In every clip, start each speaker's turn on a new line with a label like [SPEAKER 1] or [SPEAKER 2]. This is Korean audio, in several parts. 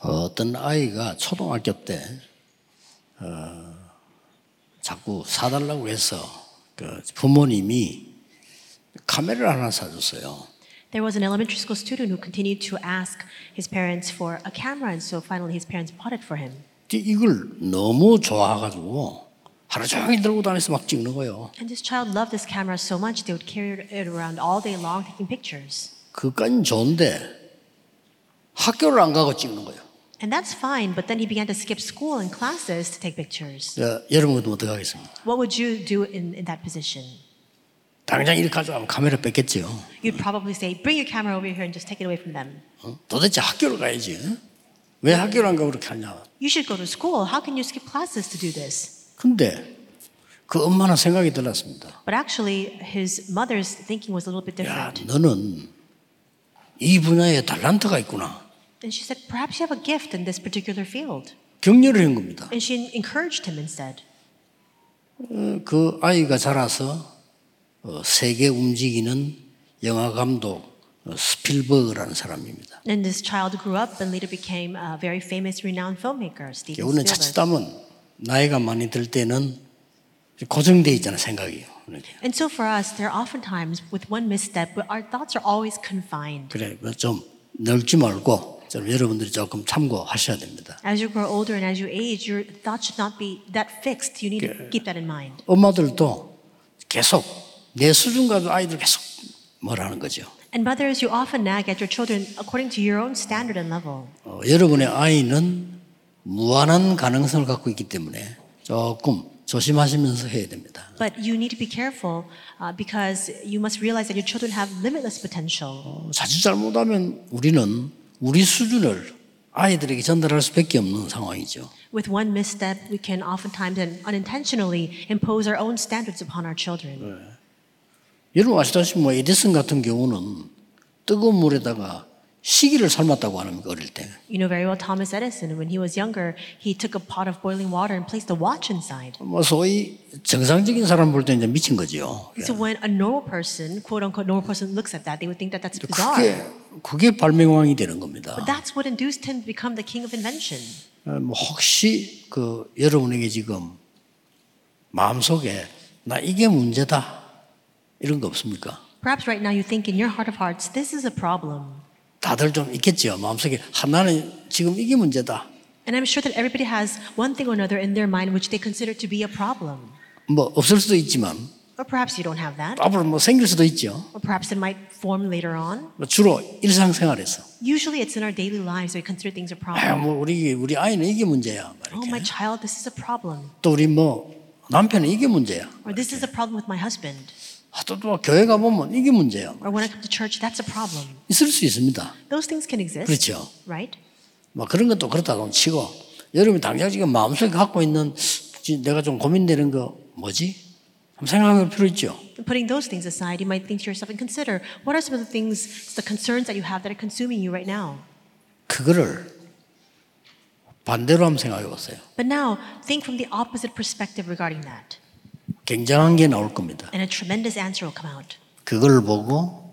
[SPEAKER 1] 어, 어떤 아이가 초등학교 때 어, 자꾸 사달라고 해서 그 부모님이 카메라를 하나 사줬어요.
[SPEAKER 2] There was an elementary school student who continued to ask his parents for a camera, and so finally his parents bought it for him.
[SPEAKER 1] 근데 이걸 너무 좋아가지고 하루 종일 들고 다니면서 막 찍는 거예요.
[SPEAKER 2] And this child loved this camera so much they would carry it around all day long taking pictures.
[SPEAKER 1] 그건 좋은데 학교를 안 가고 찍는 거예요.
[SPEAKER 2] And that's fine, but then he began to skip school and classes to take pictures.
[SPEAKER 1] 자, 여러분은 어떻게 하겠습니까?
[SPEAKER 2] What would you do in, in that position?
[SPEAKER 1] 당장 이렇게 가져가면 카메라 뺏겠지요.
[SPEAKER 2] You'd probably say, Bring your camera over here and just take it away from them.
[SPEAKER 1] 어? 도대체 학교를 가야지. 어? 왜 학교를 안 가고 그렇게 하냐.
[SPEAKER 2] You should go to school. How can you skip classes to do this?
[SPEAKER 1] 근데 그 엄마는 생각이 들었습니다.
[SPEAKER 2] But actually, his mother's thinking was a little bit
[SPEAKER 1] 야,
[SPEAKER 2] different.
[SPEAKER 1] 너는 이 분야에 달란트가 있구나.
[SPEAKER 2] And she said, Perhaps you have a gift in this particular field.
[SPEAKER 1] 격려를 한 겁니다.
[SPEAKER 2] And she encouraged him instead.
[SPEAKER 1] 그 아이가 자라서 어, 세계 움직이는 영화 감독 어, 스필버그라는 사람입니다.
[SPEAKER 2] And this child grew up and later became a very famous, renowned filmmaker, Steven
[SPEAKER 1] 여기는
[SPEAKER 2] Spielberg.
[SPEAKER 1] 자칫하면 나이가 많이 들 때는 고정돼 있잖아 생각이. 이렇게.
[SPEAKER 2] And so for us, there are oftentimes, with one misstep, our thoughts are always confined.
[SPEAKER 1] 그래 뭐좀 넓지 말고 좀 여러분들이 조금 참고하셔야 됩니다.
[SPEAKER 2] As you grow older and as you age, your thoughts should not be that fixed. You need to keep that in mind.
[SPEAKER 1] 엄마들도 계속 내 수준 가지고 아이들 계속 뭐라는 거죠.
[SPEAKER 2] And mothers, you often nag at your children according to your own standard and level.
[SPEAKER 1] 어, 여러분의 아이는 무한한 가능성을 갖고 있기 때문에 조금 조심하시면서 해야 됩니다.
[SPEAKER 2] But you need to be careful uh, because you must realize that your children have limitless potential.
[SPEAKER 1] 어, 자칫 잘못하면 우리는 우리 수준을 아이들에게 전달할 수밖에 없는 상황이죠.
[SPEAKER 2] With one misstep, we can oftentimes and unintentionally impose our own standards upon our children.
[SPEAKER 1] 여러분 아시다시피 뭐 에디슨 같은 경우는 뜨거운 물에다가 시기를 삶았다고 하는 거 어릴 때.
[SPEAKER 2] You know very well Thomas Edison. When he was younger, he took a pot of boiling water and placed a watch inside.
[SPEAKER 1] 뭐 소위 정상적인 사람 볼 때 이제 미친 거지요.
[SPEAKER 2] So when a normal person, quote unquote normal person, looks at that, they would think that that's bizarre.
[SPEAKER 1] 그게 그게 발명왕이 되는 겁니다.
[SPEAKER 2] But that's what induced him to become the king of invention.
[SPEAKER 1] 어, 뭐 혹시 그 여러분에게 지금 마음속에 나 이게 문제다 이런 거 없습니까?
[SPEAKER 2] Perhaps right now you think in your heart of hearts, this is a problem.
[SPEAKER 1] 다들 좀 있겠죠. 마음속에 하나는 지금 이게 문제다.
[SPEAKER 2] And I'm sure that everybody has one thing or another in their mind which they consider to be a problem.
[SPEAKER 1] 뭐 없을 수도 있지만
[SPEAKER 2] Or perhaps you don't have that.
[SPEAKER 1] 앞으로 뭐 생길 수도 있죠.
[SPEAKER 2] Or perhaps it might form later on.
[SPEAKER 1] 뭐 주로 일상생활에서
[SPEAKER 2] Usually it's in our daily lives that we consider things a
[SPEAKER 1] 아,
[SPEAKER 2] problem.
[SPEAKER 1] 뭐 우리 우리 아이는 이게 문제야. 막
[SPEAKER 2] Oh,
[SPEAKER 1] 이렇게.
[SPEAKER 2] my child, this is a problem.
[SPEAKER 1] 또 우리 뭐 남편은 이게 문제야.
[SPEAKER 2] Or this is a problem with my husband.
[SPEAKER 1] 아, 또, 또 교회 가보면 이게 문제야.
[SPEAKER 2] or when I come to church, that's a problem.
[SPEAKER 1] 있을 수 있습니다.
[SPEAKER 2] Those things can exist,
[SPEAKER 1] 그렇죠.
[SPEAKER 2] right?
[SPEAKER 1] 뭐 그런 것도 그렇다고 치고 여러분이 당장 지금 마음속에 갖고 있는 지- 내가 좀 고민되는 거 뭐지? 한번 생각할 필요 있죠.
[SPEAKER 2] And putting those things aside, you might think to yourself and consider what are some of the things, the concerns that you have that are consuming you right now.
[SPEAKER 1] 그거를 반대로 한번 생각해 보세요.
[SPEAKER 2] But now, think from the opposite perspective regarding that,
[SPEAKER 1] 굉장한 게 나올 겁니다.
[SPEAKER 2] and a tremendous answer will come out.
[SPEAKER 1] 그걸 보고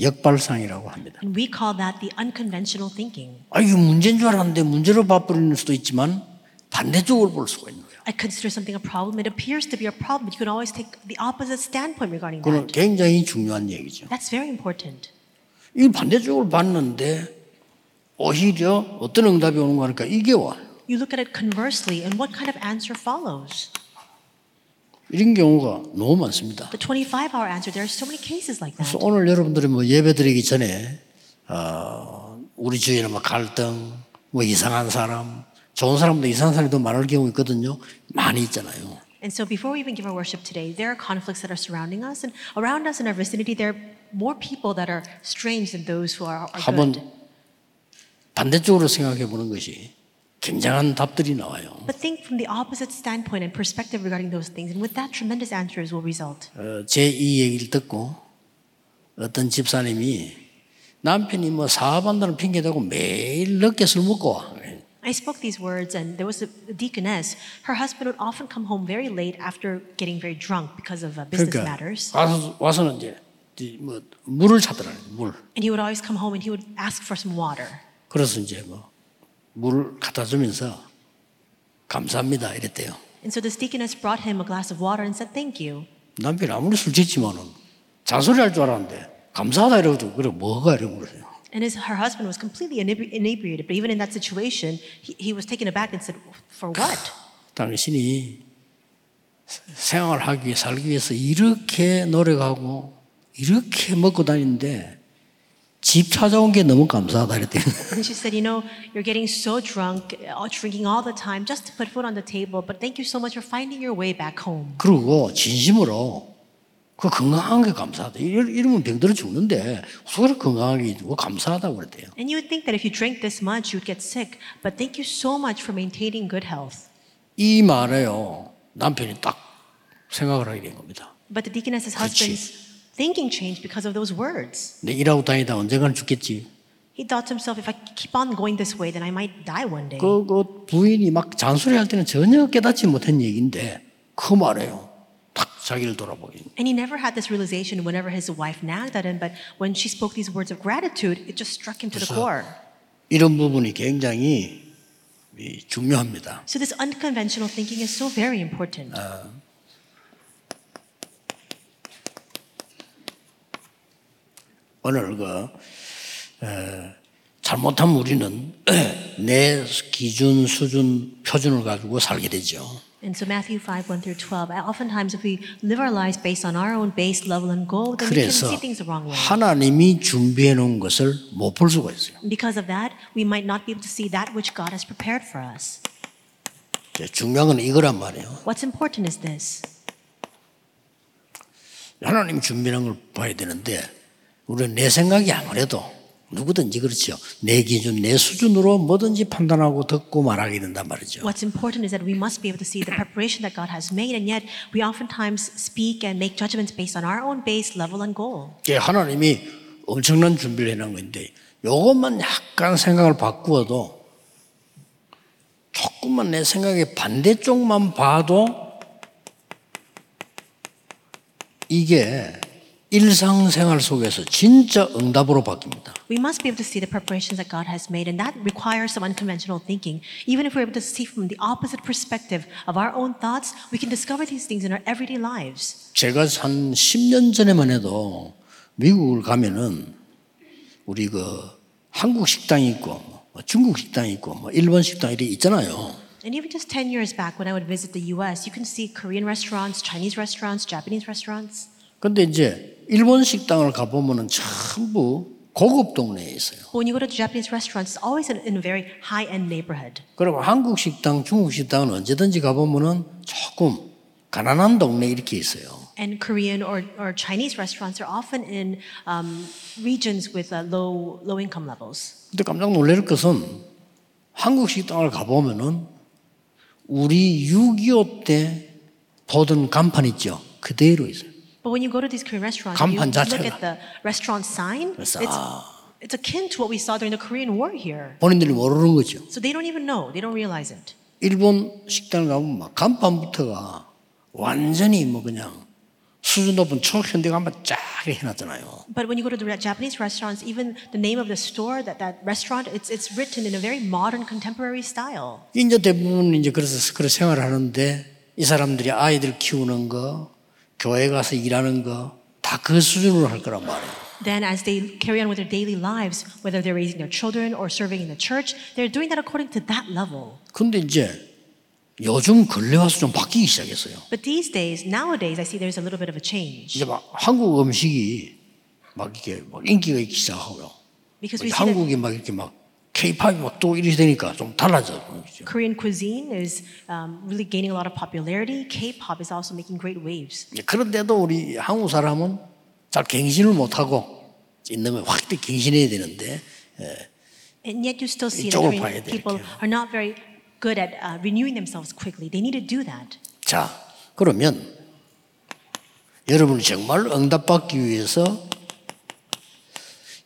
[SPEAKER 1] 역발상이라고 합니다.
[SPEAKER 2] And we call that the unconventional thinking.
[SPEAKER 1] 아 이게 문제인 줄 알았는데 문제로 봐버리는 수도 있지만 반대쪽으로 볼 수가 있는 거예요.
[SPEAKER 2] I consider something a problem. It appears to be a problem, but you can always take the opposite standpoint regarding
[SPEAKER 1] 그건
[SPEAKER 2] that.
[SPEAKER 1] 굉장히 중요한 얘기죠.
[SPEAKER 2] That's very important.
[SPEAKER 1] 이 반대쪽을 봤는데 오히려 어떤 응답이 오는가 하니까 이게 와.
[SPEAKER 2] You look at it conversely, and what kind of answer follows?
[SPEAKER 1] 이런 경우가 너무 많습니다.
[SPEAKER 2] The 25 hour answer, there are so many cases like that.
[SPEAKER 1] 그래서 오늘 여러분들이 뭐 예배드리기 전에 어, 우리 주위에는 막 갈등, 뭐 이상한 사람, 좋은 사람도 이상한 사람이 더 많을 경우 있거든요. 많이 있잖아요.
[SPEAKER 2] And so before we even give our worship today, there are conflicts that are surrounding us and around us in our vicinity, there are more people that are strange than those who are, are good.
[SPEAKER 1] 한번 반대쪽으로 생각해 보는 것이 굉장한 답들이 나와요.
[SPEAKER 2] But think from the opposite standpoint and perspective regarding those things, and with that, tremendous answers will result.
[SPEAKER 1] 어, 제 이 얘기를 듣고 어떤 집사님이 남편이 뭐 사업한다는 핑계 대고 매일 늦게 술 먹고 와.
[SPEAKER 2] I spoke these words, and there was a deaconess. Her husband would often come home very late after getting very drunk because of uh, business
[SPEAKER 1] 그러니까
[SPEAKER 2] matters.
[SPEAKER 1] 와서, 와서는 이제 뭐 물을 찾더라 물.
[SPEAKER 2] And he would always come home and he would ask for some water.
[SPEAKER 1] 그래서 이제 뭐 물 갖다 주면서 감사합니다 이랬대요.
[SPEAKER 2] And so this deaconess brought him a glass of water and said, Thank you.
[SPEAKER 1] 남편이 아무리 술 취했지만은 잔소리 할 줄 알았는데 감사하다 이러고 그래 뭐가 이러고 그러세요.
[SPEAKER 2] And his, her husband was completely inebri- inebriated, but even in that situation, he, he was taken aback and said, For what?
[SPEAKER 1] 당신이 생활을 하기 위해 살기 위해서 이렇게 노력하고 이렇게 먹고 다니는데 집 찾아온 게 너무 감사하다 이랬대요.
[SPEAKER 2] And she said, You know, you're getting so drunk, uh, drinking all the time just to put food on the table, but thank you so much for finding your way back home.
[SPEAKER 1] 그리고 진심으로 그 건강한 게 감사하다. 이러- 이러면 병들어 죽는데 소리 건강하게 해주고 감사하다고 그랬대요.
[SPEAKER 2] And you would think that if you drank this much, you'd get sick, but thank you so much for maintaining good health.
[SPEAKER 1] 이 말에요. 남편이 딱 생각을 하게 된 겁니다.
[SPEAKER 2] But the deaconess's husband's thinking changed because of those words.
[SPEAKER 1] 내 일하고 다니다 언젠가는 죽겠지.
[SPEAKER 2] He thought to himself, If I keep on going this way, then I might die one day.
[SPEAKER 1] 그, 그 부인이 막 잔소리할 때는 전혀 깨닫지 못한 얘기인데 그 말에요. 딱 자기를 돌아보게.
[SPEAKER 2] And he never had this realization whenever his wife nagged at him, but when she spoke these words of gratitude, it just struck him to the
[SPEAKER 1] 그래서-
[SPEAKER 2] core.
[SPEAKER 1] 이런 부분이 굉장히 이, 중요합니다.
[SPEAKER 2] So this unconventional thinking is so very important.
[SPEAKER 1] 오늘 그 어, 잘못하면 우리는 내 기준, 수준, 표준을 가지고 살게 되죠.
[SPEAKER 2] And so Matthew 5, 1 through 12, oftentimes if we live our lives based on our own base level and goal, then we can
[SPEAKER 1] 그래서
[SPEAKER 2] see things the wrong way.
[SPEAKER 1] 하나님이 준비해 놓은 것을 못 볼 수가 있어요.
[SPEAKER 2] And Because of that, we might not be able to see that which God has prepared for us.
[SPEAKER 1] 이제 중요한 건 이거란 말이에요.
[SPEAKER 2] What's important is this.
[SPEAKER 1] 하나님이 준비한 걸 봐야 되는데 우리는 내 생각이 아무래도 누구든지 그렇죠. 내 기준, 내 수준으로 뭐든지 판단하고 듣고 말하게 된단 말이죠.
[SPEAKER 2] What's important is that we must be able to see the preparation that God has made, and yet we oftentimes speak and make judgments based on our own base level and goal.
[SPEAKER 1] 이게 하나님이 엄청난 준비를 해놓은 건데 이것만 약간 생각을 바꾸어도 조금만 내 생각의 반대쪽만 봐도 이게 일상생활 속에서 진짜 응답으로 바뀝니다.
[SPEAKER 2] We must be able to see the preparations that God has made, and that requires some unconventional thinking. Even if we're able to see from the opposite perspective of our own thoughts, we can discover these things in our everyday lives.
[SPEAKER 1] 제가 한 10년 전에만 해도 미국을 가면은 우리 그 한국 식당이 있고 뭐 중국 식당이 있고 뭐 일본 식당 이렇게 있잖아요.
[SPEAKER 2] And even just 10 years back, when I would visit the US, you can see Korean restaurants, Chinese restaurants, Japanese restaurants.
[SPEAKER 1] 근데 이제 일본 식당을 가보면은 전부 고급 동네에 있어요.
[SPEAKER 2] But when you go to Japanese restaurants, it's always in, in a very high end neighborhood.
[SPEAKER 1] 그리고 한국 식당, 중국 식당은 언제든지 가보면은 조금 가난한 동네 이렇게 있어요.
[SPEAKER 2] And Korean or, or Chinese restaurants are often in um, regions with uh, low, low income levels.
[SPEAKER 1] 근데 깜짝 놀랄 것은 한국 식당을 가보면은 우리 6.25때 보던 간판 있죠. 그대로 있어요.
[SPEAKER 2] But when you go to these Korean restaurants, you
[SPEAKER 1] 간판
[SPEAKER 2] look
[SPEAKER 1] 자체가.
[SPEAKER 2] at the restaurant sign, it's,
[SPEAKER 1] 그래서 아,
[SPEAKER 2] it's akin to what we saw during the Korean War here.
[SPEAKER 1] 본인들이 모르는 거죠.
[SPEAKER 2] So they don't even know, they don't realize it.
[SPEAKER 1] 일본 식당 가면 막 간판부터가 완전히 뭐 그냥 수준 높은 초현대 간판 쫙 해놨잖아요.
[SPEAKER 2] But when you go to the re- Japanese restaurants, even the name of the store, that, that restaurant, it's, it's written in a very modern, contemporary style.
[SPEAKER 1] 이제 대부분 이제 그래서 그런 생활을 하는데 이 사람들이 아이들 키우는 거, 교회 가서 일하는 거 다 그 수준으로 할 거란 말이에요.
[SPEAKER 2] Then, as they carry on with their daily lives, whether they're raising their children or serving in the church, they're doing that according to that level.
[SPEAKER 1] 근데 이제 요즘 근래 와서 좀 바뀌기 시작했어요.
[SPEAKER 2] But these days, nowadays, I see there's a little bit of a change
[SPEAKER 1] 이제 막 한국 음식이 막 이게 막 인기가 있기 시작하고요.
[SPEAKER 2] because we see that
[SPEAKER 1] 한국이 막 이렇게 막 K-팝이 막 또 이렇게 되니까 좀 달라져요. 그죠?
[SPEAKER 2] Korean cuisine is um, really gaining a lot of popularity. K-pop is also making great waves.
[SPEAKER 1] 이제 그런데도 우리 한국 사람은 잘 갱신을 못하고 있는 걸확 갱신해야 되는데
[SPEAKER 2] And yet, you still see that
[SPEAKER 1] 이쪽으로
[SPEAKER 2] Korean
[SPEAKER 1] 봐야 돼,
[SPEAKER 2] people
[SPEAKER 1] 이렇게.
[SPEAKER 2] are not very good at uh, renewing themselves quickly. They need to do that.
[SPEAKER 1] 자, 그러면 여러분이 정말 응답받기 위해서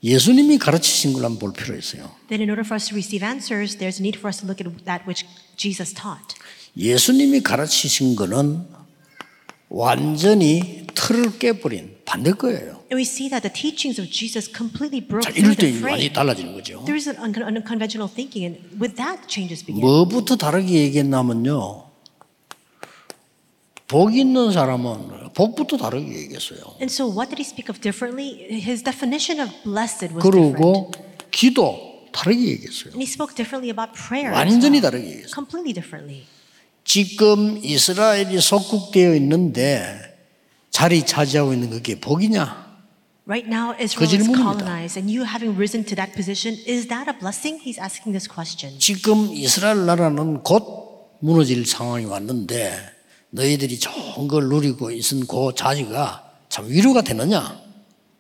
[SPEAKER 1] 예수님이 가르치신 걸 한번 볼 필요 있어요.
[SPEAKER 2] Then, in order for us to receive answers, there's a need for us to look at that which Jesus taught.
[SPEAKER 1] 예수님이 가르치신 거는 완전히 틀을 깨버린 반대 거예요.
[SPEAKER 2] And we see that the teachings of Jesus completely broke
[SPEAKER 1] 자, 이럴
[SPEAKER 2] through
[SPEAKER 1] 때
[SPEAKER 2] the
[SPEAKER 1] 이게
[SPEAKER 2] frame.
[SPEAKER 1] 완전히 달라지는 거죠.
[SPEAKER 2] There is an un- an unconventional thinking, and with that, changes begin.
[SPEAKER 1] 뭐부터 다르게 얘기했냐면요. 복 있는 사람은 복부터 다르게 얘기했어요.
[SPEAKER 2] And so, what did he speak of differently? His definition of blessed was different.
[SPEAKER 1] 그리고 기도 다르게 얘기했어요.
[SPEAKER 2] And he spoke differently about prayer. as
[SPEAKER 1] 완전히
[SPEAKER 2] well.
[SPEAKER 1] 다르게 얘기했어요.
[SPEAKER 2] Completely differently.
[SPEAKER 1] 지금 이스라엘이 속국되어 있는데 자리 차지하고 있는 그게 복이냐?
[SPEAKER 2] Right now, Israel
[SPEAKER 1] 그
[SPEAKER 2] is
[SPEAKER 1] 질문입니다.
[SPEAKER 2] colonized, and you having risen to that position, is that a blessing? He's asking this question.
[SPEAKER 1] 지금 이스라엘 나라는 곧 무너질 상황이 왔는데 너희들이 좋은 걸 누리고 있은 그 자리가 참 위로가 되느냐?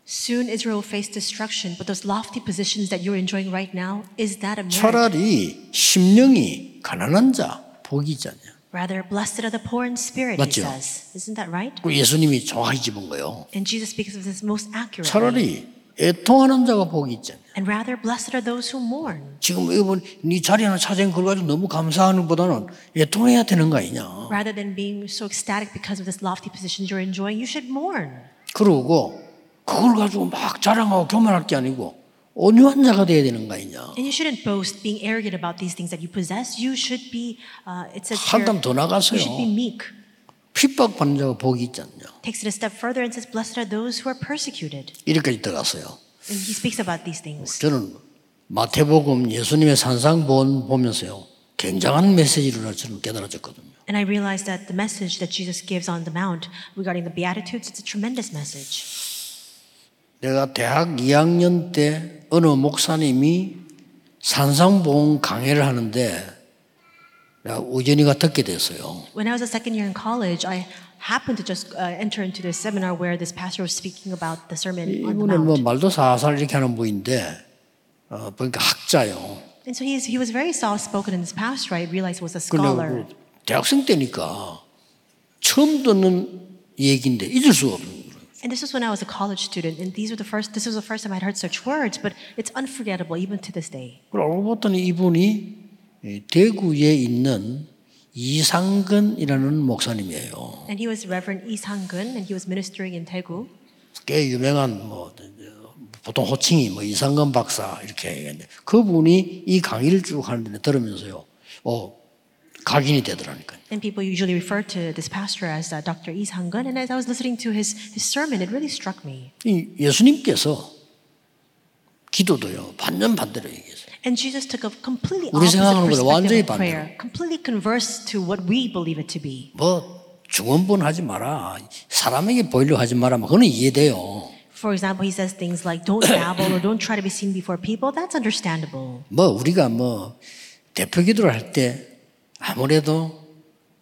[SPEAKER 2] Soon Israel will face destruction, but those lofty positions that you're enjoying right now, is that a merit?
[SPEAKER 1] 차라리 심령이 가난한 자 복이잖아요.
[SPEAKER 2] Rather, blessed are the poor in spirit, he
[SPEAKER 1] 맞죠?
[SPEAKER 2] says. Isn't that right?
[SPEAKER 1] 그 예수님이 정확히 집은 거예요.
[SPEAKER 2] And Jesus speaks of this most accurately.
[SPEAKER 1] 차라리 애통하는 자가 복이 있잖아요.
[SPEAKER 2] And rather, blessed are those who mourn.
[SPEAKER 1] 지금 이번 네 자리 하나 찾은 걸 가지고 너무 감사하는 것보다는 애통해야 되는 거 아니냐?
[SPEAKER 2] Rather than being so ecstatic because of this lofty position you're enjoying, you should mourn.
[SPEAKER 1] 그러고 그걸 가지고 막 자랑하고 교만할 게 아니고 온유한 자가 돼야 되는 거 아니냐.
[SPEAKER 2] And you shouldn't boast being arrogant about these things that you possess. You should be, uh, it says
[SPEAKER 1] 한
[SPEAKER 2] here,
[SPEAKER 1] 단 더
[SPEAKER 2] you
[SPEAKER 1] 나가서요.
[SPEAKER 2] should be meek.
[SPEAKER 1] 핍박받는 자가 복이 있지 않냐.
[SPEAKER 2] Takes it a step further and says, blessed are those who are persecuted.
[SPEAKER 1] 이렇게까지 들어갔어요.
[SPEAKER 2] And he speaks about these things.
[SPEAKER 1] 저는 마태복음 예수님의 산상본 보면서요. 굉장한 메시지를 저는 깨달아졌거든요.
[SPEAKER 2] And I realized that the message that Jesus gives on the Mount regarding the Beatitudes, it's a tremendous message.
[SPEAKER 1] 내가 대학 2학년 때 어느 목사님이 산상봉 강의를 하는데 내가 우연히가 듣게 됐어요.
[SPEAKER 2] When I was a second year in college, I happened to just uh, enter into this seminar where this pastor was speaking about the Sermon on the
[SPEAKER 1] 이분은 뭐
[SPEAKER 2] Mount.
[SPEAKER 1] 말도 살살 이렇게 하는 분인데 어, 보니까 학자요.
[SPEAKER 2] And so he's, he was very soft spoken in this pastor. I realized was a scholar.
[SPEAKER 1] 근데 그 대학생 때니까 처음 듣는 얘기인데 잊을 수가 없는 거예요.
[SPEAKER 2] And this was when I was a college student, and these were the first. This was the first time I'd heard such words, but it's unforgettable even to this day.
[SPEAKER 1] 그걸 알고 봤더니 이분이 이 대구에 있는 이상근이라는 목사님이에요.
[SPEAKER 2] And he was Reverend Lee Sang-gun, and he was ministering in Daegu.
[SPEAKER 1] 꽤 유명한 뭐 보통 호칭이 뭐 이상근 박사 이렇게 얘기하는데 그분이 이 강의를 쭉 하는데 들으면서요. 어 각인이 되더라니까요.
[SPEAKER 2] And people usually refer to this pastor as uh, Dr. Lee Sang-gun. And as I was listening to his his sermon, it really struck me.
[SPEAKER 1] 이 예수님께서 기도도요 반년 반대로 얘기했어요.
[SPEAKER 2] And Jesus took a completely
[SPEAKER 1] 우리 생각하는
[SPEAKER 2] opposite
[SPEAKER 1] 거보다 완전히
[SPEAKER 2] perspective
[SPEAKER 1] 반대로.
[SPEAKER 2] of prayer, completely converse to what we believe it to be.
[SPEAKER 1] 뭐 중원분 하지 마라. 사람에게 보이려 하지 마라. 뭐 그거는 이해돼요.
[SPEAKER 2] For example, he says things like "Don't babble" or "Don't try to be seen before people." That's understandable.
[SPEAKER 1] 뭐 우리가 뭐 대표 기도를 할 때 아무래도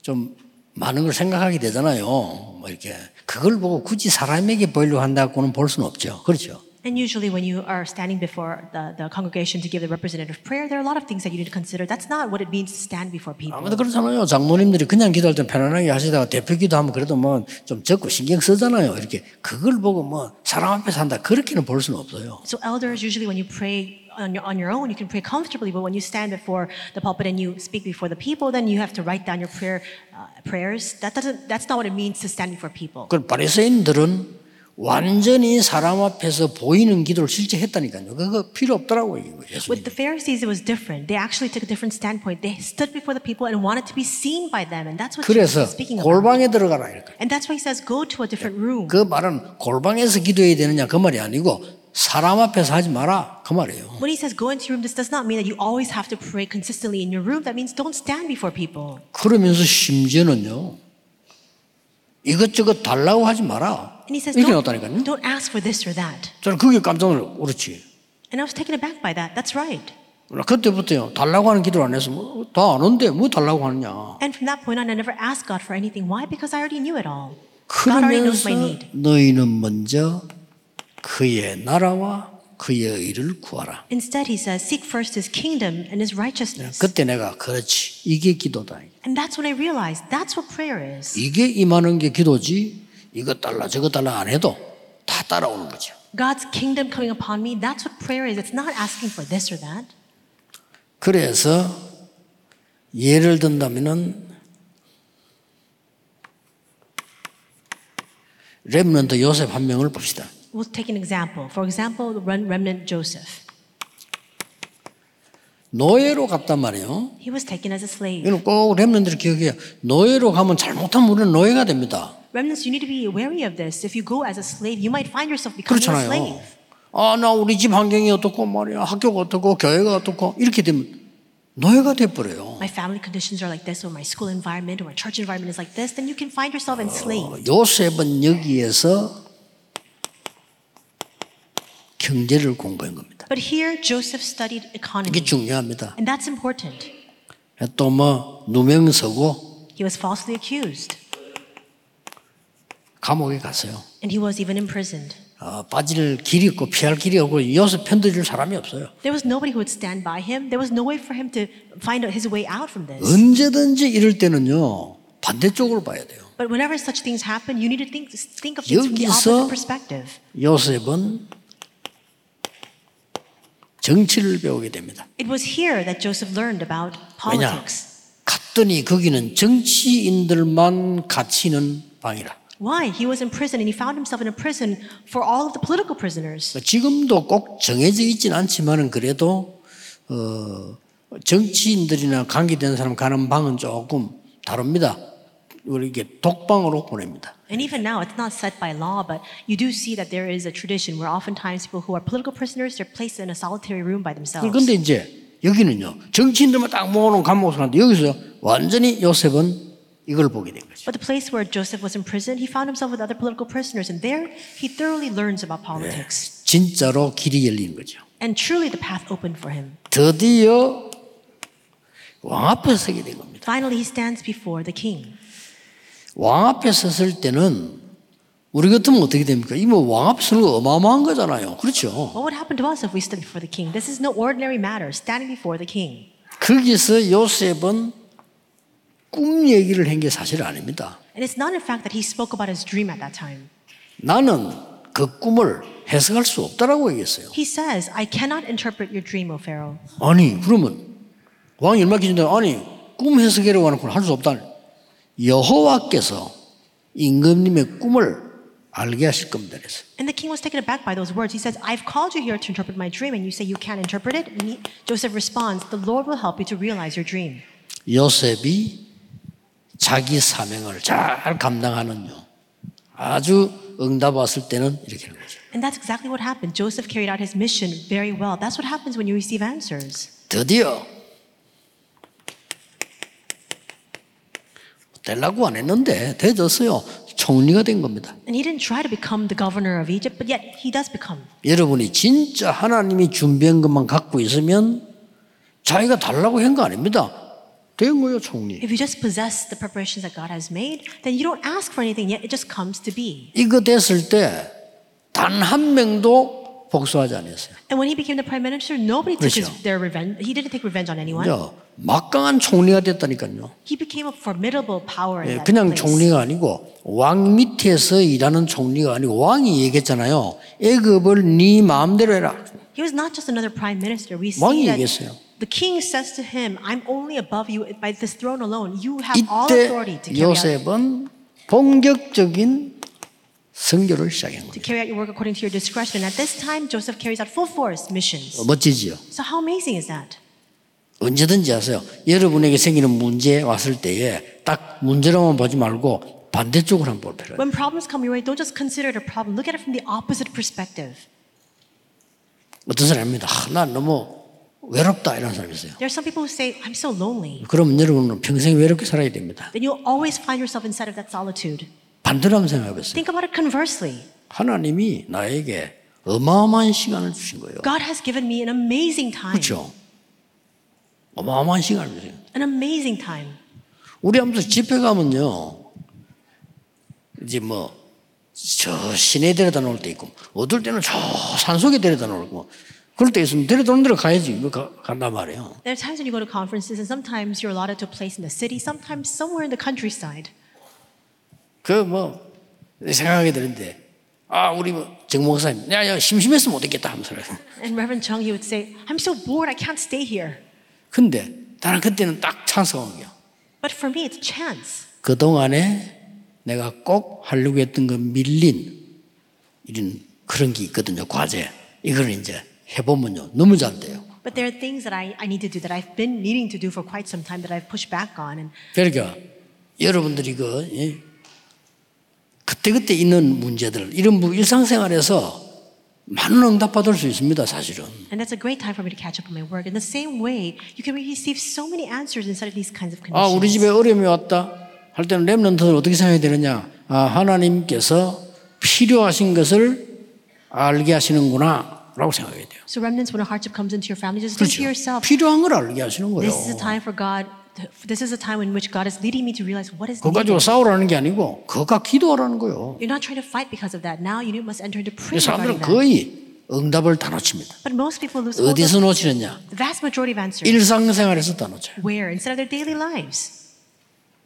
[SPEAKER 1] 좀 많은 걸 생각하게 되잖아요. 뭐 이렇게 그걸 보고 굳이 사람에게 보이려 한다고는 볼 수는 없죠. 그렇죠.
[SPEAKER 2] And usually, when you are standing before the, the congregation to give the representative prayer, there are a lot of things that you need to consider. That's not what it means to stand before people.
[SPEAKER 1] 아무래도 그렇잖아요. 장모님들이 그냥 기도할 때 편안하게 하시다가 대표 기도하면 그래도 뭐 좀 적고 신경 쓰잖아요. 이렇게 그걸 보고 뭐 사람 앞에서 한다 그렇게는 볼 수는 없어요.
[SPEAKER 2] So, elders, usually when you pray on your, on your own, you can pray comfortably, but when you stand before the pulpit and you speak before the people, then you have to write down your prayer uh, prayers. That doesn't, that's not what it means to stand before people.
[SPEAKER 1] 그 바리새인들은 완전히 사람 앞에서 보이는 기도를 실제 했다니까요. 그거 필요 없더라고요. 이거 예수님.
[SPEAKER 2] With the Pharisees, it was different. They actually took a different standpoint. They stood before the people and wanted to be seen by them, and that's what Jesus
[SPEAKER 1] 그래서
[SPEAKER 2] is speaking about.
[SPEAKER 1] 골방에 들어가라 이렇게.
[SPEAKER 2] And that's why he says, go to a different room.
[SPEAKER 1] 그 말은 골방에서 기도해야 되느냐 그 말이 아니고 사람 앞에서 하지 마라 그 말이에요.
[SPEAKER 2] When he says go into your room, this does not mean that you always have to pray consistently in your room. That means don't stand before people.
[SPEAKER 1] 그러면서 심지어는요 이것저것 달라고 하지 마라
[SPEAKER 2] And he says,
[SPEAKER 1] 이렇게
[SPEAKER 2] don't,
[SPEAKER 1] 나왔다니까요.
[SPEAKER 2] don't ask for this or that.
[SPEAKER 1] 저는 그게 깜짝 놀랐어요. 그렇지.
[SPEAKER 2] And I was taken aback by that. That's right.
[SPEAKER 1] 나 그때부터요 달라고 하는 기도를 안 해서 뭐다 아는데 뭐 달라고 하느냐.
[SPEAKER 2] And from that point on, I never asked God for anything. Why? Because I already knew it all. God already knows
[SPEAKER 1] 그러면서
[SPEAKER 2] my need.
[SPEAKER 1] 너희는 먼저 그의 나라와 그의 의를 구하라.
[SPEAKER 2] Instead, he says, Seek first his kingdom and his righteousness.
[SPEAKER 1] 그때 내가 그렇지 이게 기도다.
[SPEAKER 2] And that's when I realized that's what prayer is.
[SPEAKER 1] 이게 임하는 게 기도지 이거 달라 저거 달라 안 해도 다 따라오는 거죠.
[SPEAKER 2] God's kingdom coming upon me, that's what prayer is. It's not asking for this or that.
[SPEAKER 1] 그래서 예를 든다면은 렘넌트 요셉 한 명을 봅시다.
[SPEAKER 2] We'll take an example. For example, the rem- remnant Joseph.
[SPEAKER 1] 노예로 갔단 말이에요.
[SPEAKER 2] He was taken as a slave.
[SPEAKER 1] 이건 꼭 렘넌트를 기억해요. 노예로 가면 잘못하면 우리는 노예가 됩니다.
[SPEAKER 2] Remnants, you need to be wary of this. If you go as a slave, you might find yourself becoming a
[SPEAKER 1] 그렇잖아요.
[SPEAKER 2] slave.
[SPEAKER 1] 아, 나 우리 집 환경이 어떻고 말이야. 학교가 어떻고 교회가 어떻고 이렇게 되면 노예가 돼버려요.
[SPEAKER 2] My family conditions are like this, or my school environment, or my church environment is like this, then you can find yourself enslaved.
[SPEAKER 1] 뭐 요셉은 여기에서 경제를 공부한 겁니다.
[SPEAKER 2] But here, Joseph studied
[SPEAKER 1] 이게
[SPEAKER 2] economy,
[SPEAKER 1] 중요합니다.
[SPEAKER 2] and that's important.
[SPEAKER 1] 또 뭐 누명서고
[SPEAKER 2] He was falsely accused,
[SPEAKER 1] 감옥에 갔어요.
[SPEAKER 2] and he was even imprisoned.
[SPEAKER 1] 어, 빠질 길이 없고 피할 길이 없고 요셉 편들줄 사람이 없어요.
[SPEAKER 2] There was nobody who would stand by him. There was no way for him to find out his way out from this.
[SPEAKER 1] 언제든지 이럴 때는요 반대쪽으로 봐야 돼요.
[SPEAKER 2] But whenever such things happen, you need to think, think of things from the
[SPEAKER 1] 여기서
[SPEAKER 2] opposite perspective.
[SPEAKER 1] 요셉은 정치를 배우게 됩니다.
[SPEAKER 2] It was here that Joseph learned about
[SPEAKER 1] 왜냐?
[SPEAKER 2] politics.
[SPEAKER 1] 갔더니 거기는 정치인들만 갇히는 방이라.
[SPEAKER 2] Why? He was in prison and he found himself in a prison for all of the political prisoners.
[SPEAKER 1] 뭐 지금도 꼭 정해져 있진 않지만은 그래도 어, 정치인들이나 관계된 사람 가는 방은 조금 다릅니다. 우리 이게 독방으로 보냅니다.
[SPEAKER 2] And even now, it's not set by law, but you do see that there is a tradition where oftentimes people who are political prisoners, they're placed in a solitary room by themselves.
[SPEAKER 1] 그런데 이제 여기는요 정치인들만 딱 모아놓은 감옥을 하는데 여기서 완전히 요셉은 이걸 보게 된 거죠.
[SPEAKER 2] But the place where Joseph was in prison, he found himself with other political prisoners, and there he thoroughly learns about politics.
[SPEAKER 1] 진짜로 길이 열린 거죠.
[SPEAKER 2] And truly, the path opened for him.
[SPEAKER 1] 드디어 왕 앞에 서게 된 겁니다.
[SPEAKER 2] Finally, he stands before the king.
[SPEAKER 1] 왕 앞에 섰을 때는 우리 같으면 어떻게 됩니까? 이뭐 왕 앞에 서는 거 어마어마한 거잖아요. 그렇죠?
[SPEAKER 2] What would happen to us if we stood before the king? This is no ordinary matter, standing before the king.
[SPEAKER 1] 거기서 요셉은 꿈 얘기를 한 게 사실 아닙니다.
[SPEAKER 2] And it's not in fact that he spoke about his dream at that time.
[SPEAKER 1] 나는 그 꿈을 해석할 수 없다라고 얘기했어요.
[SPEAKER 2] He says, I cannot interpret your dream, O Pharaoh.
[SPEAKER 1] 아니 그러면 왕이 얼마 기준데 아니 꿈 해석이라고 하는 건 할 수 없다. 여호와께서 임금님의 꿈을 알게 하실 겁니다. 그래서
[SPEAKER 2] And the king was taken aback by those words. He says, I've called you here to interpret my dream, and you say you can't interpret it? And he- Joseph responds, The Lord will help you to realize your dream.
[SPEAKER 1] 요셉이 자기 사명을 잘 감당하는요. 아주 응답 왔을 때는 이렇게 하는 거죠.
[SPEAKER 2] And that's exactly what happened. Joseph carried out his mission very well. That's what happens when you receive answers.
[SPEAKER 1] 드디어 되려고 안 했는데 되졌어요. 총리가 된 겁니다.
[SPEAKER 2] And he didn't try to become the governor of Egypt, but yet he does become.
[SPEAKER 1] 여러분이 진짜 하나님이 준비한 것만 갖고 있으면 자기가 달라고 한 거 아닙니다. 된 거예요, 총리.
[SPEAKER 2] If you just possess the preparations that God has made, then you don't ask for anything, yet it just comes to be.
[SPEAKER 1] 이거 됐을 때 단 한 명도 복수하지 않았어요.
[SPEAKER 2] And when he became the prime minister, nobody took his,
[SPEAKER 1] 그렇죠.
[SPEAKER 2] their revenge. He didn't take revenge on anyone.
[SPEAKER 1] 그죠? 막강한 총리가 됐다니까요.
[SPEAKER 2] He became a formidable power
[SPEAKER 1] 예,
[SPEAKER 2] in that
[SPEAKER 1] 그냥
[SPEAKER 2] place.
[SPEAKER 1] 총리가 아니고 왕 밑에서 일하는 총리가 아니고 왕이 얘기했잖아요. 애급을 네 마음대로 해라.
[SPEAKER 2] He was not just another prime minister. We
[SPEAKER 1] 왕이
[SPEAKER 2] see that
[SPEAKER 1] 얘기했어요.
[SPEAKER 2] the king says to him, "I'm only above you by this throne alone. You have all authority to
[SPEAKER 1] 이때
[SPEAKER 2] carry, out,
[SPEAKER 1] 요셉은 본격적인 선교를 시작한
[SPEAKER 2] to
[SPEAKER 1] 거예요.
[SPEAKER 2] carry out your work according to your discretion." And at this time, Joseph carries out full force
[SPEAKER 1] Um,
[SPEAKER 2] missions.
[SPEAKER 1] 멋지지요.
[SPEAKER 2] So how amazing is that?
[SPEAKER 1] 언제든지 하세요. 여러분에게 생기는 문제 왔을 때에 딱 문제로만 보지 말고 반대쪽을 한번 볼 필요해요.
[SPEAKER 2] When problems come your way, don't just consider it a problem. Look at it from the opposite perspective.
[SPEAKER 1] 어떤 사람입니다. 아, 난 너무 외롭다 이런 사람이 있어요.
[SPEAKER 2] There are some people who say, "I'm so lonely."
[SPEAKER 1] 그럼 여러분은 평생 외롭게 살아야 됩니다.
[SPEAKER 2] Then you'll always find yourself inside of that solitude.
[SPEAKER 1] 반대로 한번 생각해보세요.
[SPEAKER 2] Think about it conversely.
[SPEAKER 1] 하나님이 나에게 어마어마한 시간을 주신 거예요.
[SPEAKER 2] God has given me an amazing time.
[SPEAKER 1] 그렇죠? 어마어마한 시간을 주신 거예요.
[SPEAKER 2] An amazing time.
[SPEAKER 1] 우리 아무튼 집회 가면요. 이제 뭐, 저 시내 데려다 놓을 때 있고, 어떨 때는 저 산속에 데려다 놓고, 그럴 때 있으면 데려다 놓는 데로 가야지. 이거 가, 간단 말이에요.
[SPEAKER 2] There are times when you go to conferences, and sometimes you're allotted to a place in the city, sometimes somewhere in the countryside.
[SPEAKER 1] 그 뭐, 생각하게 되는데, 아, 우리 뭐, 정 목사님, 야, 야, 심심해서 못 있겠다 하면서. 그래요.
[SPEAKER 2] And Reverend Chung, he would say, I'm so bored, I can't stay here.
[SPEAKER 1] 근데, 나는 그때는 딱 찬스가 온 거야.
[SPEAKER 2] But for me, it's chance.
[SPEAKER 1] 그동안에 내가 꼭 하려고 했던 거 밀린 이런 그런 게 있거든요. 과제. 이걸 이제 해보면요. 너무 잘 돼요.
[SPEAKER 2] But there are things that I, I need to do that I've been needing to do for quite some time that I've pushed back on. And
[SPEAKER 1] 그러니까 여러분들이 그 예, 그때그때 있는 문제들 이런 부- 일상생활에서 많은 응답 받을 수 있습니다. 사실은.
[SPEAKER 2] And that's a great time for me to catch up on my work. In the same way, you can receive so many answers inside of these kinds of
[SPEAKER 1] 아
[SPEAKER 2] conditions.
[SPEAKER 1] 우리 집에 어려움이 왔다 할 때는 렘넌트는 어떻게 생각해야 되느냐? 아 하나님께서 필요하신 것을 알게 하시는구나라고 생각해야 돼요.
[SPEAKER 2] So remnants, when a hardship comes into your family, just think to
[SPEAKER 1] 그렇죠.
[SPEAKER 2] yourself,
[SPEAKER 1] 필요한 걸 알게 하시는 거예요.
[SPEAKER 2] this is a time for God. This is a time in which God is leading me to realize what is
[SPEAKER 1] 그거
[SPEAKER 2] needed.
[SPEAKER 1] 가지고 싸우라는 게 아니고 그거 갖고 기도하라는 거예요.
[SPEAKER 2] You're not trying to fight because of that. Now you must enter into
[SPEAKER 1] 이
[SPEAKER 2] prayer
[SPEAKER 1] 사람들은
[SPEAKER 2] regarding that.
[SPEAKER 1] 거의 응답을 다 놓칩니다.
[SPEAKER 2] But most people lose all the,
[SPEAKER 1] 어디서 놓치느냐?
[SPEAKER 2] the vast majority of answers.
[SPEAKER 1] 일상생활에서 다 놓쳐요.
[SPEAKER 2] Where? Instead of their daily lives.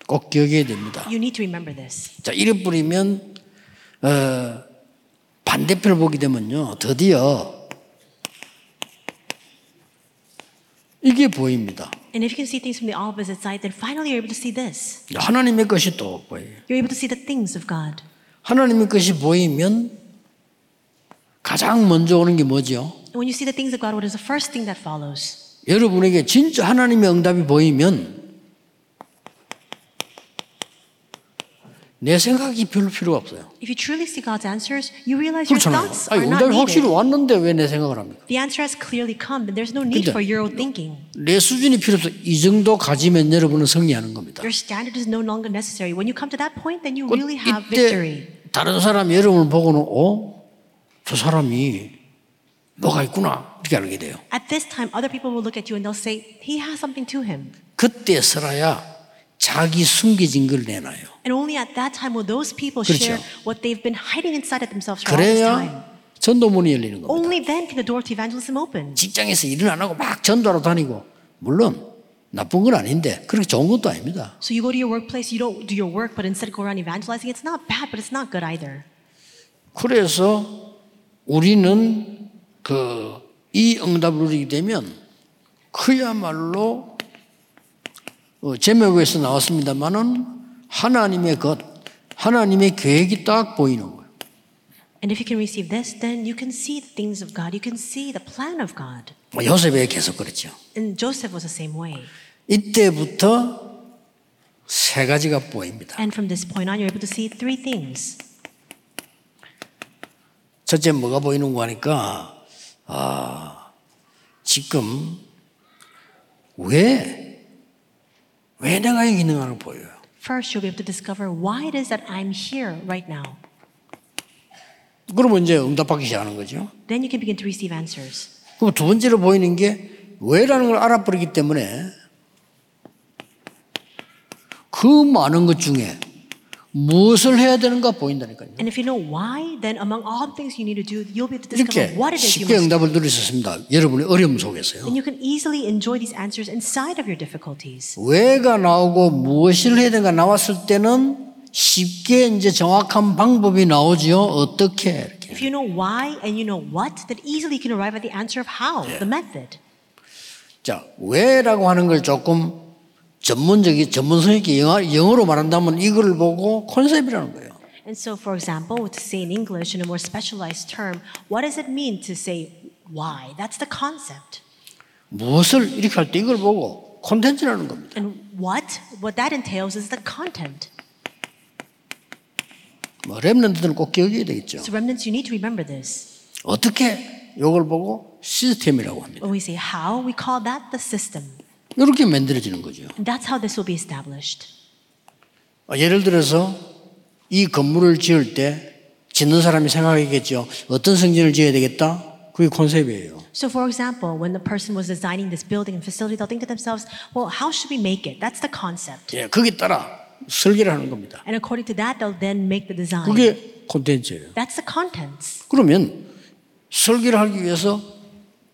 [SPEAKER 1] 꼭 기억해야 됩니다.
[SPEAKER 2] You need to remember this.
[SPEAKER 1] 자, 이래 뿌리면 어, 반대편을 보게 되면요. 드디어 이게 보입니다.
[SPEAKER 2] And if you can see things from the opposite side, then finally you're able to see this.
[SPEAKER 1] 하나님의 것이 또 보여요.
[SPEAKER 2] You're able to see the things of God.
[SPEAKER 1] 하나님의 것이 보이면 가장 먼저 오는 게 뭐죠?
[SPEAKER 2] And when you see the things of God, what is the first thing that follows?
[SPEAKER 1] 여러분에게 진짜 하나님의 응답이 보이면 내 생각이 별로 필요가 없어요.
[SPEAKER 2] If you truly see God's answers, you realize your
[SPEAKER 1] 그렇잖아요.
[SPEAKER 2] thoughts
[SPEAKER 1] 아니,
[SPEAKER 2] are not
[SPEAKER 1] 응답이 확실히
[SPEAKER 2] needed.
[SPEAKER 1] 왔는데 왜 내 생각을 합니까?
[SPEAKER 2] The answer has clearly come, and there's no need
[SPEAKER 1] 근데-
[SPEAKER 2] for your own thinking.
[SPEAKER 1] 내 수준이 필요 없어. 이 정도 가지면 여러분은 승리하는 겁니다.
[SPEAKER 2] Your standard is no longer necessary. When you come to that point, then you
[SPEAKER 1] 곧
[SPEAKER 2] really have
[SPEAKER 1] 그 이때
[SPEAKER 2] victory.
[SPEAKER 1] 다른 사람이 여러분을 보고는 어? 저 사람이 뭐가 있구나 이렇게 알게 돼요.
[SPEAKER 2] At this time, other people will look at you and they'll say, He has something to him.
[SPEAKER 1] 그때서라야 자기 숨겨진 걸 내놔요.
[SPEAKER 2] And only at that time will those people
[SPEAKER 1] 그렇죠.
[SPEAKER 2] share what they've been hiding inside of themselves for all this time.
[SPEAKER 1] 그래야 전도문이 열리는 겁니다.
[SPEAKER 2] Only then can the door to evangelism open.
[SPEAKER 1] 직장에서 일을 안 하고 막 전도하러 다니고 물론 나쁜 건 아닌데 그렇게 좋은 것도 아닙니다.
[SPEAKER 2] So you go to your workplace, you don't do your work, but instead go around evangelizing. It's not bad, but it's not good either.
[SPEAKER 1] 그래서 우리는 그 이 응답을 누리게 되면 그야말로 어, 제목에서 나왔습니다만은 하나님의 것, 하나님의 계획이 딱 보이는 거예요.
[SPEAKER 2] And if you can receive this, then you can see the things of God. You can see the plan of God.
[SPEAKER 1] 뭐 요셉에 계속 그랬죠.
[SPEAKER 2] And Joseph was the same way.
[SPEAKER 1] 이때부터 세 가지가 보입니다.
[SPEAKER 2] And from this point on, you're able to see three things.
[SPEAKER 1] 첫째 뭐가 보이는고 하니까 아, 지금 왜왜 내가 여기 있는 걸 보여요.
[SPEAKER 2] First, you'll be able to discover why it is that I'm here right now.
[SPEAKER 1] 그러면 이제 응답하기 시작하는 거죠.
[SPEAKER 2] Then you can begin to receive answers.
[SPEAKER 1] 그럼 두 번째로 보이는 게 왜라는 걸 알아버리기 때문에 그 많은 것 중에 무엇을 해야 되는가 보인다니까요.
[SPEAKER 2] And if you know why, then among all the things you need to do, you'll be able to discover
[SPEAKER 1] 이렇게
[SPEAKER 2] what it is you
[SPEAKER 1] 쉽게
[SPEAKER 2] must do.
[SPEAKER 1] 응답을 누릴 수 있습니다. 여러분의 어려움 속에서요.
[SPEAKER 2] And you can easily enjoy these answers inside of your difficulties.
[SPEAKER 1] 왜가 나오고 무엇을 해야 되는가 나왔을 때는 쉽게 이제 정확한 방법이 나오지요. 어떻게 이렇게.
[SPEAKER 2] If you know why and you know what, then easily you can arrive at the answer of how, the method.
[SPEAKER 1] 자, 왜라고 하는 걸 조금 전문적인 전문성 있게 영어, 영어로 말한다면 이걸 보고 컨셉이라는 거예요.
[SPEAKER 2] And so, for example, to say in English in a more specialized term, what does it mean to say why? That's the concept.
[SPEAKER 1] 무엇을 이렇게 할 때 이걸 보고 콘텐츠라는 겁니다.
[SPEAKER 2] And what what that entails is the content.
[SPEAKER 1] 뭐 랩런트들은 꼭 기억해야 되겠죠.
[SPEAKER 2] So remnants, you need to remember this.
[SPEAKER 1] 어떻게 이걸 보고 시스템이라고 합니다.
[SPEAKER 2] When we say how, we call that the system.
[SPEAKER 1] 이렇게 만들어지는 거죠.
[SPEAKER 2] And that's how this will be established.
[SPEAKER 1] 어, 예를 들어서 이 건물을 지을 때 짓는 사람이 생각하겠죠. 어떤 성전을 지어야 되겠다? 그게 컨셉이에요.
[SPEAKER 2] So for example, when the person was designing this building and facility, they'll think to themselves, well, how should we make it? That's the concept.
[SPEAKER 1] 예, 거기에 따라 설계를 하는 겁니다.
[SPEAKER 2] And according to that, they'll then make the design.
[SPEAKER 1] 그게 콘텐츠예요.
[SPEAKER 2] That's the contents.
[SPEAKER 1] 그러면 설계를 하기 위해서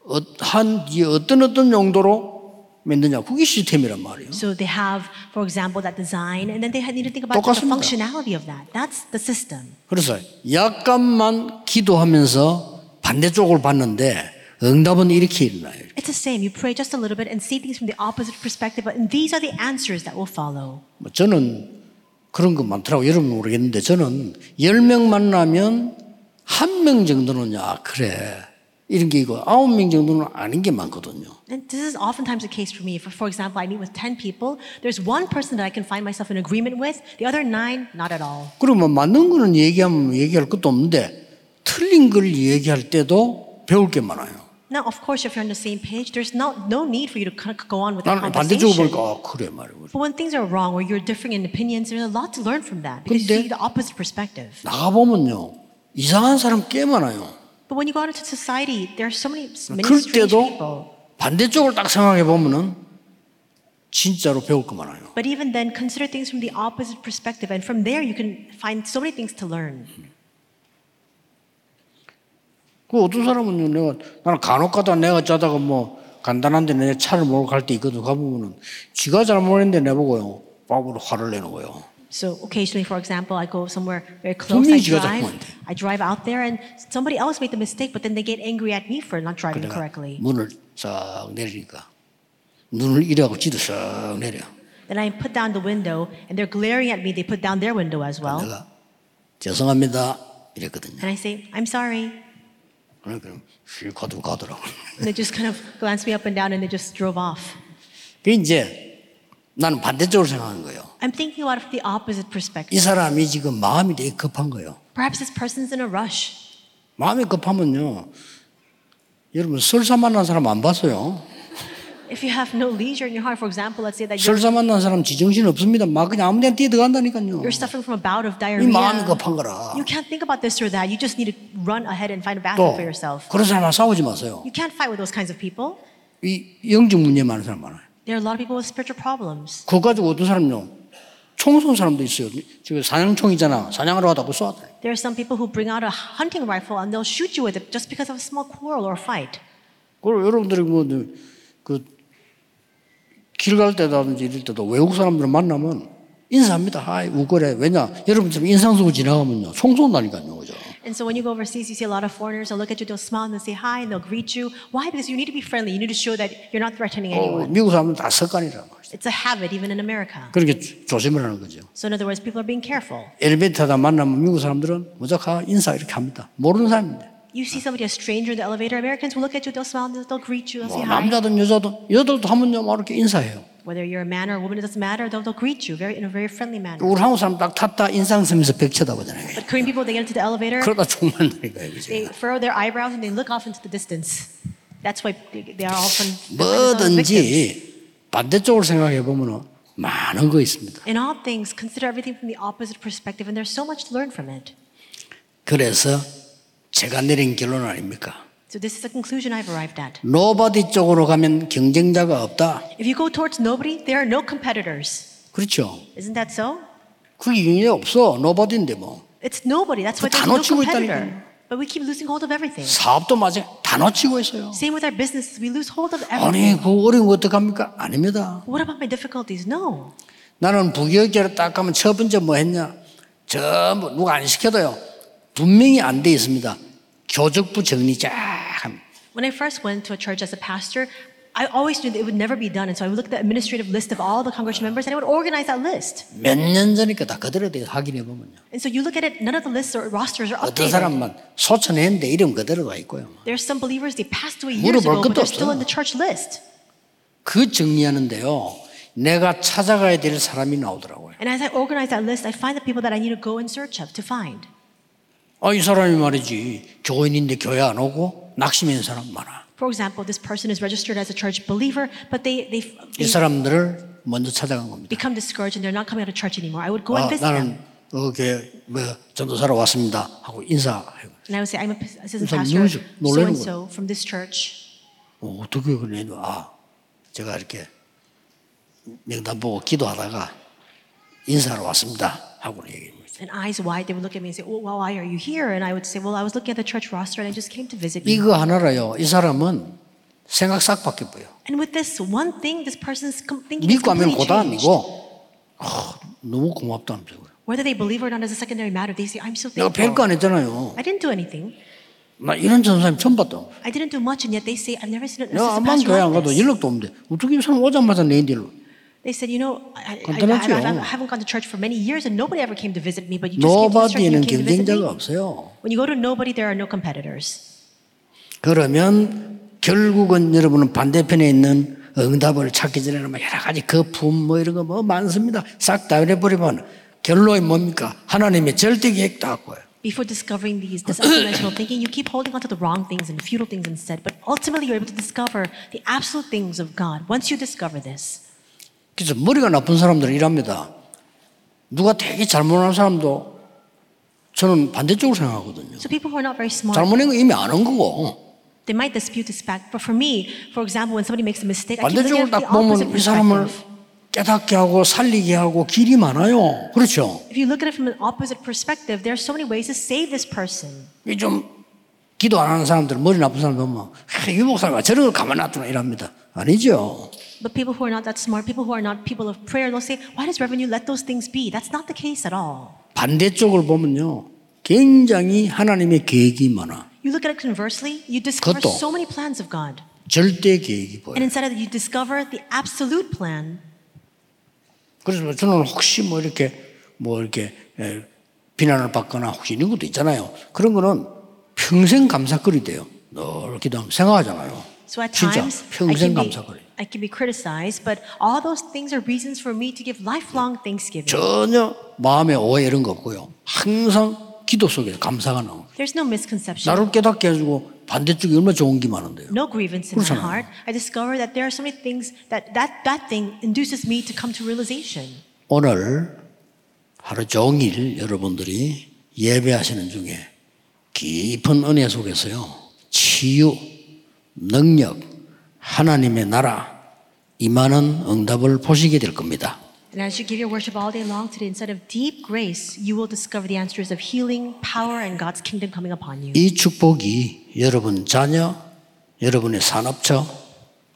[SPEAKER 1] 어, 한 이게 어떤 어떤 용도로 만드냐? 그게 시스템이란 말이에요.
[SPEAKER 2] So they have, for example, that design, and then they need to think about the
[SPEAKER 1] 똑같습니다.
[SPEAKER 2] functionality of that. That's the system.
[SPEAKER 1] 그래서 약간만 기도하면서 반대쪽을 봤는데 응답은 이렇게 일어나요.
[SPEAKER 2] It's the same. You pray just a little bit and see things from the opposite perspective, and these are the answers that will follow.
[SPEAKER 1] 뭐 저는 그런 거 많더라고. 여러분 모르겠는데 저는 열 명 만나면 한 명 정도는 야 그래 이런 게 있고 아홉 명 정도는 아닌 게 많거든요.
[SPEAKER 2] And this is oftentimes the case for me. For, for example, I meet with 10 people. There's one person that I can find myself in agreement with, the other nine, not at all.
[SPEAKER 1] 그러면 뭐 맞는 거는 얘기하면 얘기할 것도 없는데 틀린 걸 얘기할 때도 배울 게 많아요.
[SPEAKER 2] Now, of course, if you're on the same page, there's not, no need for you to kind of go on with the
[SPEAKER 1] 나는 반대쪽으로
[SPEAKER 2] conversation.
[SPEAKER 1] 보니까 아, 그래 말이고
[SPEAKER 2] But when things are wrong or you're differing in opinions, there's a lot to learn from that because
[SPEAKER 1] 근데-
[SPEAKER 2] you see the opposite perspective.
[SPEAKER 1] 나가 보면요 이상한 사람 꽤 많아요.
[SPEAKER 2] But when you go out into society, there are so many, many
[SPEAKER 1] 그럴
[SPEAKER 2] strange
[SPEAKER 1] 때도
[SPEAKER 2] people.
[SPEAKER 1] 반대쪽을 딱 생각해 보면은 진짜로 배울 거 많아요.
[SPEAKER 2] But even then, consider things from the opposite perspective. And from there, you can find so many things to learn.
[SPEAKER 1] 그 어떤 사람은요, 내가 나는 간혹가다 내가 짜다가 뭐 간단한데 내 차를 몰고 갈 때 있거든. 가보면은 지가 잘못했는데 내보고요, 밥으로 화를 내는 거예요.
[SPEAKER 2] So occasionally, for example, I go somewhere very close. I
[SPEAKER 1] 분명히 지가
[SPEAKER 2] drive,
[SPEAKER 1] 잘못한데.
[SPEAKER 2] I drive out there, and somebody else made the mistake, but then they get angry at me for not driving correctly.
[SPEAKER 1] 문을 싹 내리니까 눈을 이래하고 지도 싹 내려.
[SPEAKER 2] Then I put down the window, and they're glaring at me. They put down their window as well,
[SPEAKER 1] 내가 죄송합니다 이랬거든요.
[SPEAKER 2] and I say, "I'm sorry."
[SPEAKER 1] 그럼 그럼 실컷도 가더라고.
[SPEAKER 2] And they just kind of glanced me up and down, and they just drove off.
[SPEAKER 1] 그 이제 나는 반대쪽으로 생각하는 거예요.
[SPEAKER 2] I'm thinking out of the opposite perspective.
[SPEAKER 1] 이 사람이 지금 마음이 되게 급한 거예요.
[SPEAKER 2] Perhaps this person's in a rush.
[SPEAKER 1] 마음이 급하면요. 여러분 설사 만난 사람 안 봤어요.
[SPEAKER 2] If you have no leisure in your heart, for example, let's say that you're,
[SPEAKER 1] 설사 만난 사람 지정신 없습니다. 막 그냥 아무 데나 뛰어들어간다니까요.
[SPEAKER 2] you're suffering from a bout of
[SPEAKER 1] 이 마음이
[SPEAKER 2] diarrhea.
[SPEAKER 1] 급한 거라.
[SPEAKER 2] You can't think about this or that. You just need to run ahead and find a
[SPEAKER 1] 또
[SPEAKER 2] bathroom for yourself.
[SPEAKER 1] 그런 사람과 싸우지 마세요.
[SPEAKER 2] You can't fight with those kinds of people.
[SPEAKER 1] 이 영적 문제 많은 사람 많아요.
[SPEAKER 2] There are a lot of people with spiritual problems.
[SPEAKER 1] 그거 가지고 어떤 사람요? 총 쏜 사람도 있어요. 지금 사냥총이잖아. 사냥하러 가다고 쏘았다.
[SPEAKER 2] There are some people who bring out a hunting rifle and they'll shoot you with it just because of a small quarrel or fight.
[SPEAKER 1] 그리고 여러분들이 뭐, 네, 뭐그길 갈 때라든지 이럴 때도 외국 사람들 만나면 인사합니다. 하이 우거래. 왜냐? 여러분처럼 인상 쓰고 지나가면요. 총 쏜다니까요. 그죠?
[SPEAKER 2] And so when you go overseas, you see a lot of foreigners. They'll look at you, they'll smile and they'll say hi and they'll greet you. Why? Because you need to be friendly. You need to show that you're not threatening
[SPEAKER 1] 어,
[SPEAKER 2] anyone.
[SPEAKER 1] 미국 사람은 다 습관이라 말이죠.
[SPEAKER 2] It's a habit, even in America.
[SPEAKER 1] 그렇게 조- 조심을 하는 거죠.
[SPEAKER 2] So in other words, people are being careful.
[SPEAKER 1] 엘리베이터다 만나면 미국 사람들은 무조건 인사 이렇게 합니다. 모르는 사람인데.
[SPEAKER 2] You see somebody, a stranger in the elevator, Americans will look at you, they'll smile, and they'll greet you, they'll say
[SPEAKER 1] 뭐
[SPEAKER 2] hi.
[SPEAKER 1] 남자든 여자든 여자도 하면요 막 이렇게 인사해요.
[SPEAKER 2] Whether you're a man or a woman, it doesn't matter. They'll, they'll greet you very, in a very friendly manner.
[SPEAKER 1] 우리 한국 사람 딱 탔다 인상 쓰면서 벽 쳐다보잖아요.
[SPEAKER 2] But Korean people, they get into the elevator,
[SPEAKER 1] 그러다 총 맞는다니까요. 그죠?
[SPEAKER 2] they furrow their eyebrows and they look off into the distance. That's why they, they are often themselves victims.
[SPEAKER 1] 뭐든지 반대쪽으로 생각해 보면 많은 거 있습니다.
[SPEAKER 2] In all things, consider everything from the opposite perspective, and there's so much to learn from it.
[SPEAKER 1] 그래서 제가 내린 결론 아닙니까?
[SPEAKER 2] So this is the conclusion I've arrived at.
[SPEAKER 1] 노바디 쪽으로 가면 경쟁자가 없다.
[SPEAKER 2] If you go towards nobody, there are no competitors.
[SPEAKER 1] 그렇죠?
[SPEAKER 2] Isn't that so?
[SPEAKER 1] 그게 경쟁자 없어. 노바디인데 뭐.
[SPEAKER 2] It's nobody. That's why
[SPEAKER 1] 다
[SPEAKER 2] there's no
[SPEAKER 1] 놓치고
[SPEAKER 2] competitor. But we keep losing hold of everything.
[SPEAKER 1] 사업도 마찬 다 놓치고 있어요.
[SPEAKER 2] Same with our businesses. We lose hold of everything.
[SPEAKER 1] 아니 그 어려운 거 어떡합니까? 아닙니다.
[SPEAKER 2] What about my difficulties? No.
[SPEAKER 1] 나는 부교육자로 딱 가면 첫 번째 뭐 했냐? 전부 누가 안 시켜도요. 분명히 안 돼 있습니다. 교적부 정리 쫙 합니다.
[SPEAKER 2] When I first went to a church as a pastor, I always knew that it would never be done. And so I would look at the administrative list of all the congregation members and I would organize that list.
[SPEAKER 1] 몇 년 전이니까 다 그대로 돼 확인해 보면요.
[SPEAKER 2] And so you look at it, none of the lists or rosters are
[SPEAKER 1] 어떤
[SPEAKER 2] updated.
[SPEAKER 1] 사람만 소천했는데 이름 그대로 가 있고요.
[SPEAKER 2] There's some believers, they passed away years
[SPEAKER 1] 물어볼
[SPEAKER 2] ago, but
[SPEAKER 1] 것도
[SPEAKER 2] they're still
[SPEAKER 1] 없어요.
[SPEAKER 2] in the church list.
[SPEAKER 1] 그 정리하는데요. 내가 찾아가야 될 사람이 나오더라고요.
[SPEAKER 2] And as I organize that list, I find the people that I need to go in search of to find.
[SPEAKER 1] 아, 이 사람이 말이지. 교인인데 교회 안 오고 낙심인 사람 많아.
[SPEAKER 2] For example, this person is registered as a church believer, but they, they,
[SPEAKER 1] 이
[SPEAKER 2] they
[SPEAKER 1] 사람들을 먼저 찾아간 겁니다.
[SPEAKER 2] become discouraged and they're not coming out of church anymore. I would go
[SPEAKER 1] 아,
[SPEAKER 2] and visit
[SPEAKER 1] 나는
[SPEAKER 2] them.
[SPEAKER 1] 어, 교회 뭐, 전도사로 왔습니다. 하고 인사해요.
[SPEAKER 2] And I would say, I'm an
[SPEAKER 1] 이
[SPEAKER 2] assistant
[SPEAKER 1] 사람
[SPEAKER 2] pastor,
[SPEAKER 1] 놀라죠-
[SPEAKER 2] so
[SPEAKER 1] 놀라는
[SPEAKER 2] and so from this church.
[SPEAKER 1] 어, 어떻게 그러냐. 아, 제가 이렇게 명단 보고 기도하다가 인사로 왔습니다. 하고 얘기합니다.
[SPEAKER 2] And eyes wide, they would look at me and say, well, why are you here? And I would say, well, I was looking at the church roster and I just came to visit you.
[SPEAKER 1] 이거 하나라요. 이 사람은 생각 싹 바뀌어요.
[SPEAKER 2] And with this one thing, this person's com- thinking is
[SPEAKER 1] 믿고 하면
[SPEAKER 2] completely
[SPEAKER 1] 고다 아니고
[SPEAKER 2] changed.
[SPEAKER 1] 아, 너무 고맙다 하면서 그래요.
[SPEAKER 2] Whether they believe or not is a secondary matter. They say, I'm so
[SPEAKER 1] 내가 별거
[SPEAKER 2] thankful.
[SPEAKER 1] 안 했잖아요.
[SPEAKER 2] I didn't do anything.
[SPEAKER 1] 나 이런 전사님 처음 봤다.
[SPEAKER 2] I didn't do much, and yet they say, I've never seen an
[SPEAKER 1] 내가
[SPEAKER 2] assistant
[SPEAKER 1] 암만
[SPEAKER 2] pastor
[SPEAKER 1] 교회 안
[SPEAKER 2] like
[SPEAKER 1] 가도
[SPEAKER 2] this.
[SPEAKER 1] 연락도 없는데 어떻게 이 사람 오자마자 내 인디로
[SPEAKER 2] They said, you know, I, I, I,
[SPEAKER 1] 간단하죠.
[SPEAKER 2] I, I haven't gone to church for many years and nobody ever came to visit me, but you just came to this church and you
[SPEAKER 1] 노바디에는
[SPEAKER 2] came to visit me.
[SPEAKER 1] 경쟁자가 없어요.
[SPEAKER 2] When you go to nobody, there are no competitors.
[SPEAKER 1] 그러면 결국은 여러분은 반대편에 있는 응답을 찾기 전에 뭐 여러 가지 거품 뭐 이런 거 뭐 많습니다. 싹 다 해버리면 결론이 뭡니까? 하나님의 절대 계획 다 꼬요.
[SPEAKER 2] Before discovering these, this unconventional thinking, you keep holding on to the wrong things and futile things instead, but ultimately you're able to discover the absolute things of God once you discover this.
[SPEAKER 1] 그래서 머리가 나쁜 사람들은 이랍니다. 누가 되게 잘못한 사람도 저는 반대쪽으로 생각하거든요.
[SPEAKER 2] So people who are not very smart,
[SPEAKER 1] 잘못한 거 이미 아는 거고
[SPEAKER 2] they might dispute this fact, but for me, for example, when somebody makes a mistake, I keep
[SPEAKER 1] 반대쪽을
[SPEAKER 2] looking at the
[SPEAKER 1] 딱
[SPEAKER 2] opposite
[SPEAKER 1] 보면 이 사람을
[SPEAKER 2] perspective.
[SPEAKER 1] 깨닫게 하고 살리게 하고 길이 많아요. 그렇죠?
[SPEAKER 2] If you look at it from an opposite perspective, there are so many ways to save this person.
[SPEAKER 1] 이 좀 기도 안 하는 사람들 머리 나쁜 사람 보면 아, 이 목사가 저런 걸 가만 놔두나 이랍니다. 아니죠.
[SPEAKER 2] But people who are not that smart, people who are not people of prayer, they'll say, Why does revenue let those things be? That's not the case at all.
[SPEAKER 1] 반대쪽을 보면요. 굉장히 하나님의 계획이 많아.
[SPEAKER 2] You look at it conversely, you discover
[SPEAKER 1] 그것도.
[SPEAKER 2] so many plans of God.
[SPEAKER 1] 절대 계획이 보여.
[SPEAKER 2] And instead of that, you discover the absolute plan.
[SPEAKER 1] 그래서 저는 혹시 뭐 이렇게 뭐 이렇게 에, 비난을 받거나 혹시 이런 것도 있잖아요. 그런 거는 평생 감사거리 돼요. 늘 기도하면 생각하잖아요.
[SPEAKER 2] So at
[SPEAKER 1] 진짜
[SPEAKER 2] times, I
[SPEAKER 1] 평생
[SPEAKER 2] can, be,
[SPEAKER 1] 감사거리.
[SPEAKER 2] I can be criticized, but all those things are reasons for me to give lifelong thanksgiving.
[SPEAKER 1] 전혀 마음에 오해 이런 거 없고요. 항상 기도 속에 감사가 나오고
[SPEAKER 2] There's no misconception,
[SPEAKER 1] 나를 깨닫게 해주고 반대쪽이 얼마나 좋은 게 많은데요.
[SPEAKER 2] no grievance in my
[SPEAKER 1] 그렇잖아요.
[SPEAKER 2] heart. I discover that there are so many things that that, that thing induces me to come to realization.
[SPEAKER 1] 오늘 하루 종일 여러분들이 예배하시는 중에 깊은 은혜 속에서요. 치유, 능력, 하나님의 나라 임하는 응답을 보시게 될 겁니다.
[SPEAKER 2] And as you give your worship all day long today, instead of deep grace, you will discover the answers of healing, power, and God's kingdom coming upon you.
[SPEAKER 1] 이 축복이 여러분 자녀, 여러분의 산업처,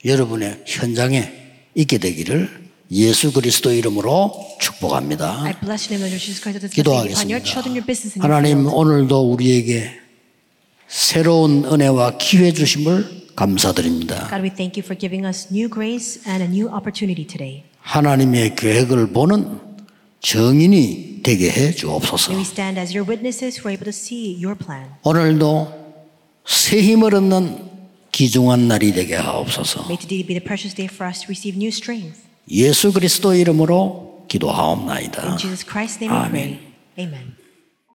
[SPEAKER 1] 여러분의 현장에 있게 되기를 예수 그리스도 이름으로 축복합니다.
[SPEAKER 2] I bless you in the name of Jesus Christ. That's going upon your children, your business,
[SPEAKER 1] 기도하겠습니다.
[SPEAKER 2] and your
[SPEAKER 1] 하나님
[SPEAKER 2] field.
[SPEAKER 1] 오늘도 우리에게 새로운 은혜와 기회 주심을 감사드립니다.
[SPEAKER 2] God, we thank you for giving us new grace and a new opportunity today.
[SPEAKER 1] 하나님의 계획을 보는 정인이 되게 해 주옵소서.
[SPEAKER 2] May we stand as your witnesses who are able to see your plan.
[SPEAKER 1] 오늘도 새 힘을 얻는 기중한 날이 되게 하옵소서.
[SPEAKER 2] May today be the precious day for us to receive new strength.
[SPEAKER 1] 예수 그리스도 이름으로
[SPEAKER 2] In
[SPEAKER 1] 기도하옵나이다.
[SPEAKER 2] Jesus Christ's name we
[SPEAKER 1] Ah, Amen.
[SPEAKER 2] pray. Amen.